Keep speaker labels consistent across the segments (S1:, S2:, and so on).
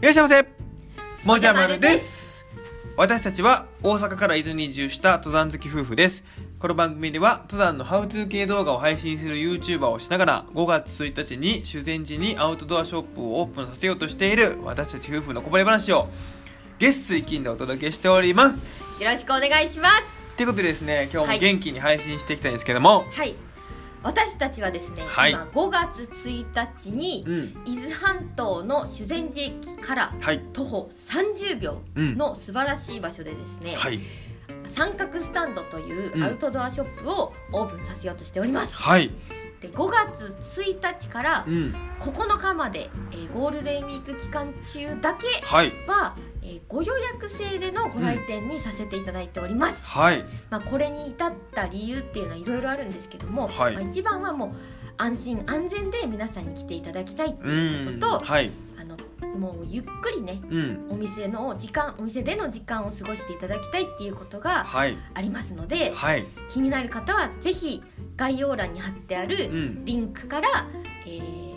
S1: いらっしゃいませもじゃま
S2: ま
S1: る
S2: る
S1: で
S2: です
S1: 私たちは大阪から伊豆に移住した登山好き夫婦ですこの番組では登山のハウツー系動画を配信する YouTuber をしながら5月1日に修善寺にアウトドアショップをオープンさせようとしている私たち夫婦のこぼれ話を月水金でお届けしております
S2: よろしくお願いします
S1: ということでですね今日
S2: は
S1: も
S2: い
S1: 元気に配信していきたいんですけども、
S2: はい私たちはですね、
S1: はい
S2: 今5月1日に、
S1: うん
S2: 伊豆半島の修善寺駅から
S1: はい
S2: 徒歩30秒
S1: うん
S2: の素晴らしい場所でですね、
S1: はい
S2: 三角スタンドとい
S1: うん
S2: うアウトドアショップをオープンさせようとしております、
S1: はい
S2: で5月1日から
S1: うん
S2: 9日まで、えーゴールデンウィーク期間中だけ
S1: はい
S2: は、えーご予約制でのご来店にさせていただいております、
S1: はい
S2: まあ、これに至った理由っていうのはいろいろあるんですけども、
S1: はい
S2: まあ、一番はもう安心安全で皆さんに来ていただきたいって
S1: う
S2: い
S1: ん
S2: うことと、
S1: はい
S2: あのもうゆっくりね
S1: うん
S2: お店の時間お店での時間を過ごしていただきたいっていうことが
S1: はい
S2: ありますので
S1: はい
S2: 気になる方はぜひ概要欄に貼ってあ
S1: う
S2: る
S1: ん
S2: リンクから、えー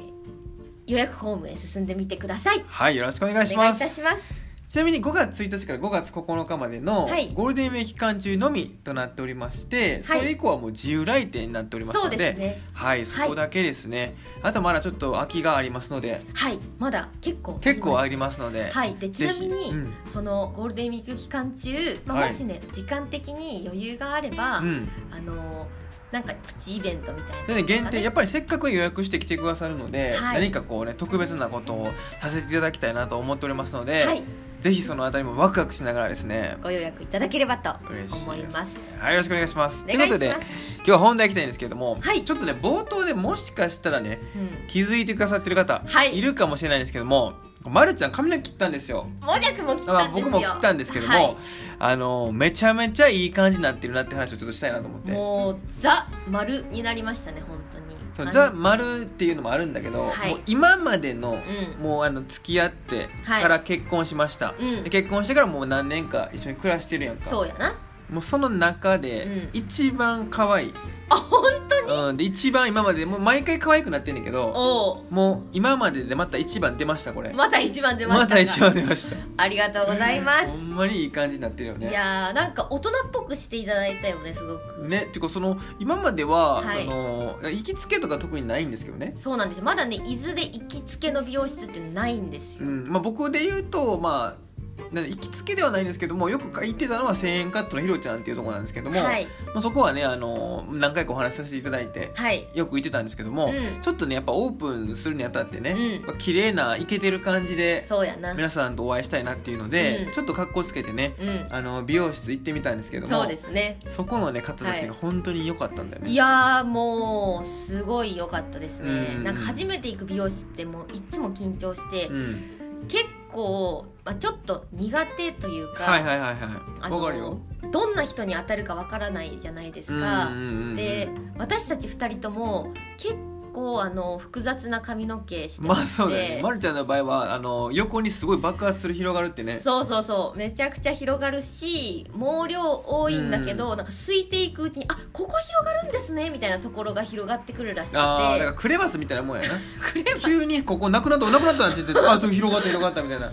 S2: 予約フォームへ進んでみてください。
S1: はいよろしくお願いし
S2: お願
S1: ま
S2: いいた
S1: す
S2: します。
S1: ちなみに5月1日から5月9日までの
S2: はい
S1: ゴールデンウィーク期間中のみとなっておりまして、
S2: はい
S1: それ以降はもう自由来店になっております
S2: そ
S1: の
S2: う
S1: で
S2: ですね。
S1: はいそこだけですね、あとまだちょっと空きがありますので
S2: はい、まだ結構あります
S1: 結構ありますので、
S2: はい、でち
S1: ぜ
S2: な
S1: ひ
S2: みに、
S1: うん
S2: そのゴールデンウィーク期間中、まあ
S1: はい
S2: もしね時間的に余裕があれば、
S1: うん
S2: あのなんかプチイベントみたいな
S1: でね、限定やっぱりせっかく予約してきてくださるので、
S2: はい
S1: 何かこうね特別なことをさせていただきたいなと思っておりますので、
S2: はい、
S1: ぜひそのあたりもワクワクしながらですね
S2: ご予約いただければと
S1: 嬉しいです
S2: 思います。
S1: はいよろしくお願いします
S2: お
S1: という
S2: 願
S1: こ
S2: いし
S1: とで
S2: ま
S1: 今
S2: す。
S1: 日は本題いきたいんですけれども、
S2: はい
S1: ちょっとね冒頭でもしかしたらね
S2: うん
S1: 気づいてくださってる方、
S2: はい
S1: いるかもしれないんですけども、まるちゃん髪の毛切ったんですよ。
S2: もじゃくも来
S1: ま
S2: た
S1: あ、
S2: んですよ。
S1: 僕も切ったんですけども、
S2: はい
S1: あのめちゃめちゃいい感じになってるなって話をちょっとしたいなと思って。
S2: もうザ丸になりましたね本当に。
S1: そう
S2: あの
S1: ザ丸っていうのもあるんだけど、
S2: はい
S1: もう今までの、
S2: うん
S1: もうあの付き合って
S2: はい
S1: から結婚しました、
S2: うん
S1: で結婚してからもう何年か一緒に暮らしてるやんか
S2: そうやな。
S1: もうその中で
S2: うん
S1: 一番可愛い、
S2: あ本当に。
S1: うん、で一番今までもう毎回可愛くなってんねんけど
S2: おお。
S1: もう今まででまた一番出ましたこれ
S2: また一番出ました
S1: ま
S2: か。
S1: た一番出ました
S2: ありがとうございます。
S1: ほんまにいい感じになってるよね
S2: いやーなんか大人っぽくしていただいたよねすごく、
S1: ねっていうかその今までは、
S2: はい
S1: その行きつけとか特にないんですけどね、
S2: そうなんですまだね伊豆で行きつけの美容室ってないんです
S1: う
S2: よ、
S1: んまあ、僕で言うとまあなん行きつけではないんですけどもよく行ってたのは1000円カットのひろちゃんっていうところなんですけども、
S2: はい
S1: まあ、そこはねあの何回かお話しさせていただいて
S2: はい
S1: よく行ってたんですけども、
S2: うん
S1: ちょっとねやっぱオープンするにあたってね、
S2: うん
S1: まあ、綺麗なイケてる感じで
S2: そうやなうん
S1: 皆さんとお会いしたいなっていうので、
S2: うん
S1: ちょっと格好つけてねあの美容室行ってみたんですけども
S2: そうですね
S1: そこのね方たちが本当に良かったんだよね、
S2: いやーもうすごい良かったですね
S1: うん
S2: なんか初めて行く美容室ってもういつも緊張して
S1: うん、
S2: 結構、まあ、ちょっと苦手というか、
S1: はいはいはいは
S2: あ
S1: い
S2: の
S1: わかるよ
S2: どんな人に当たるかわからないじゃないですか、
S1: うんうんうんうん
S2: で私たち2人とも結構あの複雑な髪の毛して
S1: ま
S2: ま
S1: あ
S2: して、
S1: そうだよね、ま、るちゃんの場合はあの横にすごい爆発する広がるってね
S2: そうそうそうめちゃくちゃ広がるし毛量多いんだけど、なんか空いていくうちにあここ広がるんですねみたいなところが広がってくるらしくて
S1: ああだからクレバスみたいなもんやな
S2: クレバ
S1: 急にここなくなったなくなったなって言ってあちょっと広がった広がったみたいな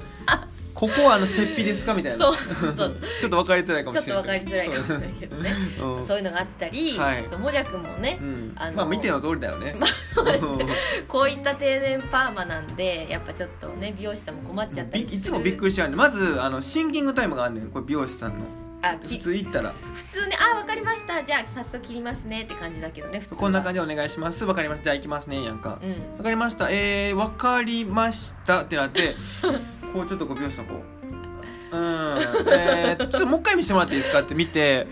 S1: ここはあの雪皮ですかみたいな
S2: そうそうそう
S1: ちょっと分かりづらいかも
S2: ちょっ
S1: し
S2: と
S1: れない
S2: 分かりづらいかもしれないけどね
S1: そううん
S2: そういうのがあったり、
S1: はい
S2: そうもじゃくんもね、
S1: うん
S2: あの
S1: まあ見ての通りだよね、
S2: まあそうです
S1: うん
S2: こういった定年パーマなんでやっぱちょっとね美容師さんも困っちゃった
S1: び
S2: りする
S1: いつもびっく
S2: り
S1: りしちゃうねまずあのシンキングタイムがあんねんこれ美容師さんの
S2: あ
S1: 普
S2: き
S1: 通行ったら
S2: 普通ねあわかりましたじゃあ早速切りますねって感じだけどね普通
S1: こんな感
S2: じ
S1: じでお願いしますわかりましたじゃあ行きますねやんか、
S2: うん
S1: わかりましたえー、わかりましたってなって こうちょっとこう美容師さんこううんえー、ちょっともう一回見せてもらっていいですかって見て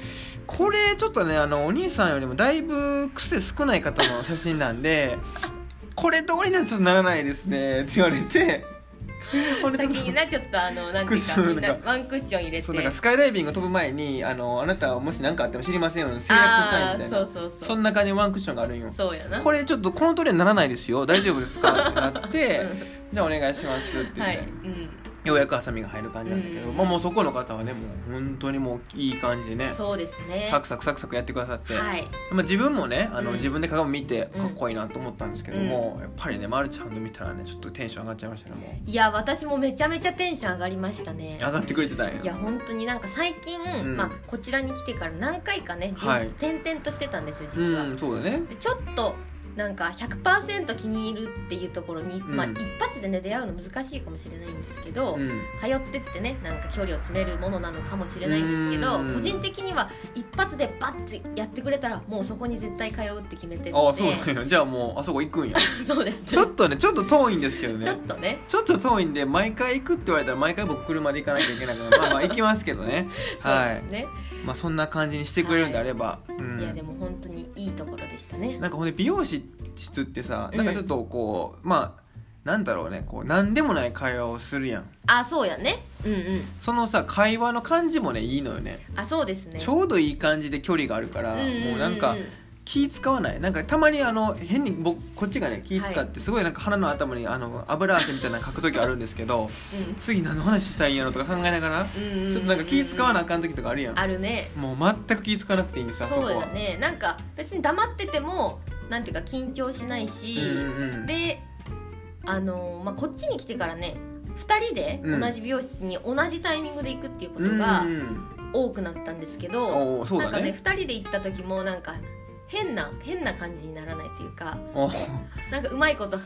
S1: これちょっとねあのお兄さんよりもだいぶ癖少ない方の写真なん でこれ通りにはちょっとならないですねって言われ てほんでちょっと
S2: 先になちょっとあのなんて
S1: クッ
S2: いう
S1: ション
S2: かみんな
S1: なん
S2: ワンクッション入れて
S1: そうなんかスカイダイビング飛ぶ前にあのあなたはもし何かあっても知りませんように制約しな
S2: あ
S1: いみた
S2: あ
S1: い
S2: そ
S1: な
S2: うそうそう
S1: そんな感じのワンクッションがあるんよ
S2: そうやな
S1: これちょっとこの通りにはならないですよ大丈夫ですかってなって、
S2: うん
S1: じゃあお願いしますって言って、
S2: はい、うん、
S1: ようやくハサミが入る感じなんだけど、
S2: うん
S1: まあもうそこの方はねもう本当にもういい感じでね
S2: そうですね
S1: サクサクサクサクやってくださって、
S2: はい
S1: まあ、自分もねあの、
S2: うん
S1: 自分で鏡見て
S2: うん
S1: かっこいいなと思ったんですけども、やっぱりねまるちゃんの見たらねちょっとテンション上がっちゃいましたねもう
S2: いや私もめちゃめちゃテンション上がりましたね
S1: 上がってくれてたんや
S2: いや本当になんか最近、
S1: ん
S2: まあ、こちらに来てから何回かね、
S1: はい
S2: 点々としてたんですよ
S1: う
S2: 実は、
S1: んそうだね
S2: でちょっとなんか100%気に入るっていうところに、
S1: ん
S2: まあ、一発でね出会うの難しいかもしれないんですけど、
S1: うん
S2: 通ってってねなんか距離を詰めるものなのかもしれないんですけど
S1: うん
S2: 個人的には一発でバッてやってくれたらもうそこに絶対通うって決めてて
S1: ああそうなんやじゃあもうあそこ行くんや
S2: そうですね
S1: ちょっとねちょっと遠いんですけど
S2: ちょっ
S1: ね
S2: とね
S1: ちょっと遠いんで毎回行くって言われたら毎回僕車で行かなきゃいけなくなる まあまあ行きますけどね
S2: そう
S1: は
S2: で
S1: い
S2: すね、
S1: まあそんな感じにしてくれるんであれば、う
S2: い、や
S1: ん
S2: でも本当にいいところでしたね
S1: なんかほんで美容室ってさ
S2: うん
S1: なんかちょっとこう、まあなんだろうねこう何でもない会話をするやん
S2: あそうやねうんうん
S1: そのさ会話の感じもねいいのよね
S2: あそうですね
S1: ちょうどいい感じで距離があるから、
S2: ん
S1: もうなんか気使わないなんかたまにあの変に僕こっちがね気使ってすごいなんか鼻の頭にあの油汗みたいなの書く時あるんですけど次何の話したいんやろとか考えながら
S2: うんうんうんうんうんうん
S1: ちょっとなんか気使わなあかん時とかあるやん
S2: あるね
S1: もう全く気使わなくていいんですあそこ
S2: そう
S1: は
S2: やねなんか別に黙っててもなんていうか緊張しないし、
S1: うんうんうん
S2: であのーまあ、こっちに来てからね2人で
S1: うん
S2: 同じ美容室に同じタイミングで行くっていうことが
S1: うんうん
S2: 多くなったんですけ
S1: うん
S2: ど、
S1: おーそう
S2: なんか
S1: だ
S2: ね
S1: ね
S2: 2人で行った時もなんか変な変な感じにならないというか
S1: おー
S2: なんかうまいこと「 は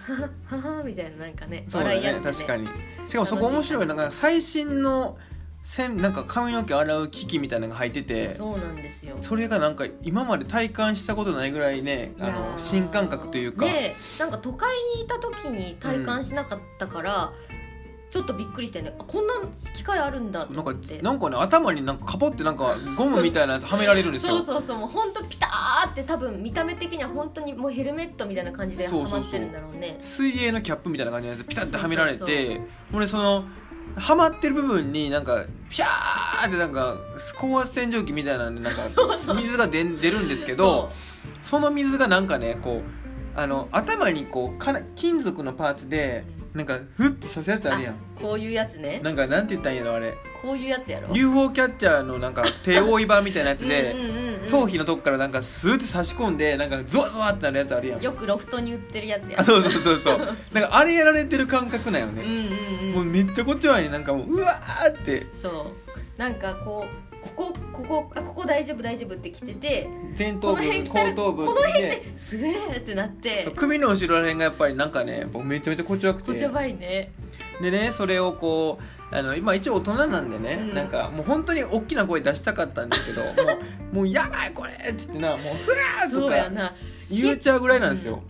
S2: ははは」みたいななんかね
S1: そうだ
S2: 笑い合
S1: ね
S2: って、ね、
S1: 確かにしかもそこ面白いのが最新のせんなんか髪の毛洗う機器みたいなのが入ってて
S2: そうなんですよ
S1: それがなんか今まで体感したことないぐらいねあ
S2: いや
S1: の
S2: ー
S1: 新感覚というか、
S2: ねなんか都会にいた時に体感しなかったから、ちょっとびっくりしてねあこんな機会あるんだと
S1: なんか
S2: 思って
S1: なんかね頭になんかカポってなんかゴムみたいなやつはめられるんです
S2: そ
S1: よ
S2: うそうそうもう本当ピターって多分見た目的には本当にもうヘルメットみたいな感じで
S1: そう
S2: は
S1: そうそう
S2: まってるんだろうね
S1: 水泳のキャップみたいな感じのやつピタッてはめられ
S2: そうそう
S1: てもうねそのはまってる部分になんかピシャーってなんか高圧洗浄機みたいなんでなんか水が出ん出るんですけどその水がなんかねこうあの頭にこうかな金属のパーツでなんかフッて刺すやつあるやん
S2: そうこういうやつね
S1: なんかなんて言ったらいいのあれ
S2: こういうやつやろ
S1: UFO キャッチャーのなんか手覆い板みたいなやつで
S2: うんうんうんうん
S1: 頭皮のとこからなんかスーッて差し込んでなんかゾワゾワってなるやつあるやん
S2: よくロフトに売ってるやつや
S1: あそうそうそうそうなんかあれやられてる感覚なんよ
S2: うん
S1: ね、
S2: うん
S1: も
S2: う
S1: うんめっちゃこっちはねなんかもううわーって
S2: そうなんかこうここここあここ大丈夫大丈夫って来てて
S1: 前
S2: こ
S1: 頭
S2: の
S1: 部
S2: 辺来た
S1: 後
S2: ら
S1: 頭
S2: こ
S1: 部
S2: の辺
S1: で
S2: ですげえってなって
S1: そう首の後ろらへんがやっぱりなんかね僕めちゃめちゃこっちよく
S2: こ
S1: て
S2: ちゃばいね
S1: でねそれをこうあの今一応大人なんでね、
S2: うん
S1: なんかもう本当に大きな声出したかったんですけどもうもうやばいこれって言ってなもうふわー
S2: そ
S1: と
S2: うや
S1: か
S2: な
S1: 言っちゃうぐらいなんですよ、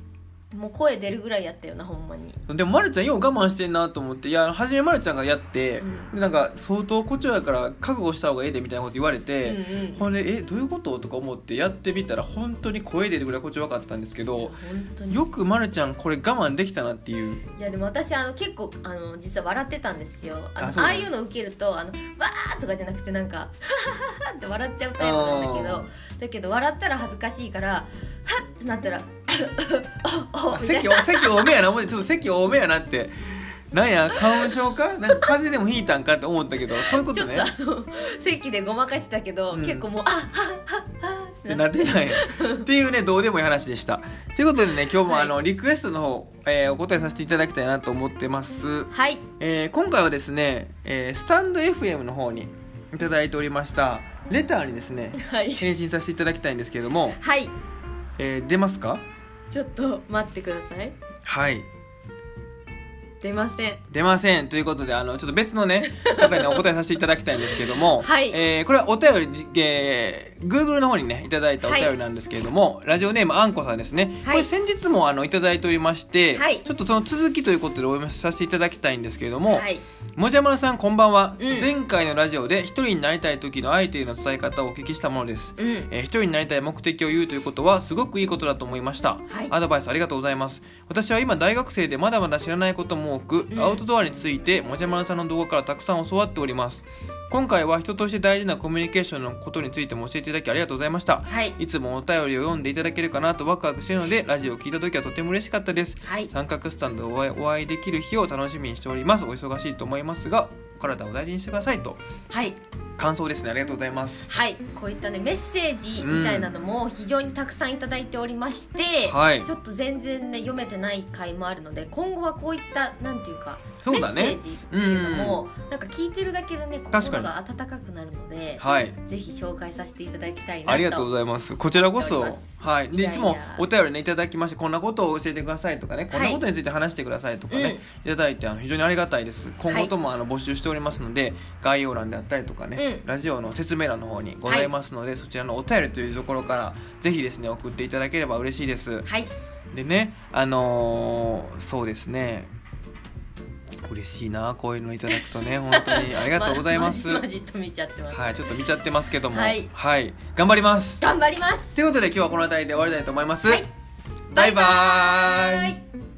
S2: もう声出るぐらいやったよなほんまに
S1: でもまるちゃんよう我慢してんなと思っていや初めまるちゃんがやって、
S2: うん
S1: でなんか相当誇張やから覚悟した方がええでみたいなこと言われ
S2: うんう
S1: て、
S2: ん
S1: ほんでえどういうこととか思ってやってみたら本当に声出るぐらい誇張分かったんですけど
S2: 本当に
S1: よくまるちゃんこれ我慢できたなっていう
S2: いやでも私あの結構あの実は笑ってたんですよあの
S1: あ
S2: あ
S1: そうなの
S2: あいうの受けるとあのわーとかじゃなくてなんかはははって笑っちゃうタイプなんだけ
S1: あ
S2: どだけど笑ったら恥ずかしいからはっってなったら あ
S1: あ席お席多めやな思ってちょっと席多めやなってなんや花粉症かなんか風邪でもひいたんかって思ったけどそういうこ
S2: ち
S1: と
S2: ょっ
S1: ね
S2: とあの席でごまかしたけど、
S1: うん
S2: 結構もうあ
S1: ってなってないっていうねどうでもいい話でしたということでね今日もあの、リクエストの方、えーお答えさせていただきたいなと思ってます
S2: はい
S1: えー今回はですね、えースタンド FM の方にいただいておりましたレターにです ね
S2: はい
S1: 返信させていただきたいんですけれども、
S2: はい
S1: えー出ますか
S2: ちょっと待ってください
S1: はい
S2: 出ません
S1: 出ませんということであのちょっと別の ね方にお答えさせていただきたいんですけども、
S2: はい
S1: えーこれはお便りじ、えー、Google の方にねいただいたお便りなんですけれども、ラジオネームあんこさんですね、こ
S2: はい
S1: れ先日もあのいただいておりまして、
S2: はい
S1: ちょっとその続きということでお読みさせていただきたいんですけれども、
S2: はい
S1: もじゃまるさんこんばんは、
S2: うん
S1: 前回のラジオで一人になりたい時の相手への伝え方をお聞きしたものです、
S2: うん
S1: えー一人になりたい目的を言うということはすごくいいことだと思いました、
S2: はい
S1: アドバイスありがとうございます私は今大学生でまだまだ知らないこともも多く、
S2: うん
S1: アウトドアについてもじゃまるさんの動画からたくさん教わっております今回は人として大事なコミュニケーションのことについても教えていただきありがとうございました
S2: はい
S1: いつもお便りを読んでいただけるかなとワクワクしているのでラジオを聞いた時はとても嬉しかったです
S2: はい
S1: 三角スタンドでお会いお会いできる日を楽しみにしておりますお忙しいと思いますがお体を大事にしてくださいと
S2: はい
S1: 感想ですねありがとうございます
S2: はいこういったねメッセージみたいなのも非常にたくさんいただいておりまして、
S1: はい
S2: ちょっと全然ね読めてない回もあるので今後はこういったなんていうか
S1: そうだね
S2: メッセージっていうのも、なんか聞いてるだけでね
S1: 確か
S2: 心
S1: に
S2: が温かくなるので
S1: はい
S2: ぜひ紹介させていただきたいなと
S1: ありがとうございますこちらこそ
S2: 思っております
S1: はいで
S2: い
S1: い
S2: やいや
S1: つもお便りねいただきましてこんなことを教えてくださいとかねこんなことについて話してくださいとかね、
S2: うん
S1: い、ただいてあの非常にありがたいです今後ともあの募集しておりますので概要欄であったりとかね、
S2: うん
S1: ラジオの説明欄の方にございますので、そちらのお便りというところからぜひですね送っていただければ嬉しいです
S2: はい
S1: でねあのーそうですね嬉しいなこういうのいただくと ね本当にあり
S2: あ
S1: がとうございます、
S2: まじまじと見ちゃってます、
S1: はいちょっと見ちゃってますけども
S2: はい
S1: はい、頑張ります
S2: 頑張ります
S1: ということで今日はこの辺りで終わりたいと思います、
S2: はい
S1: バイバ
S2: バイ
S1: ーイ
S2: バイ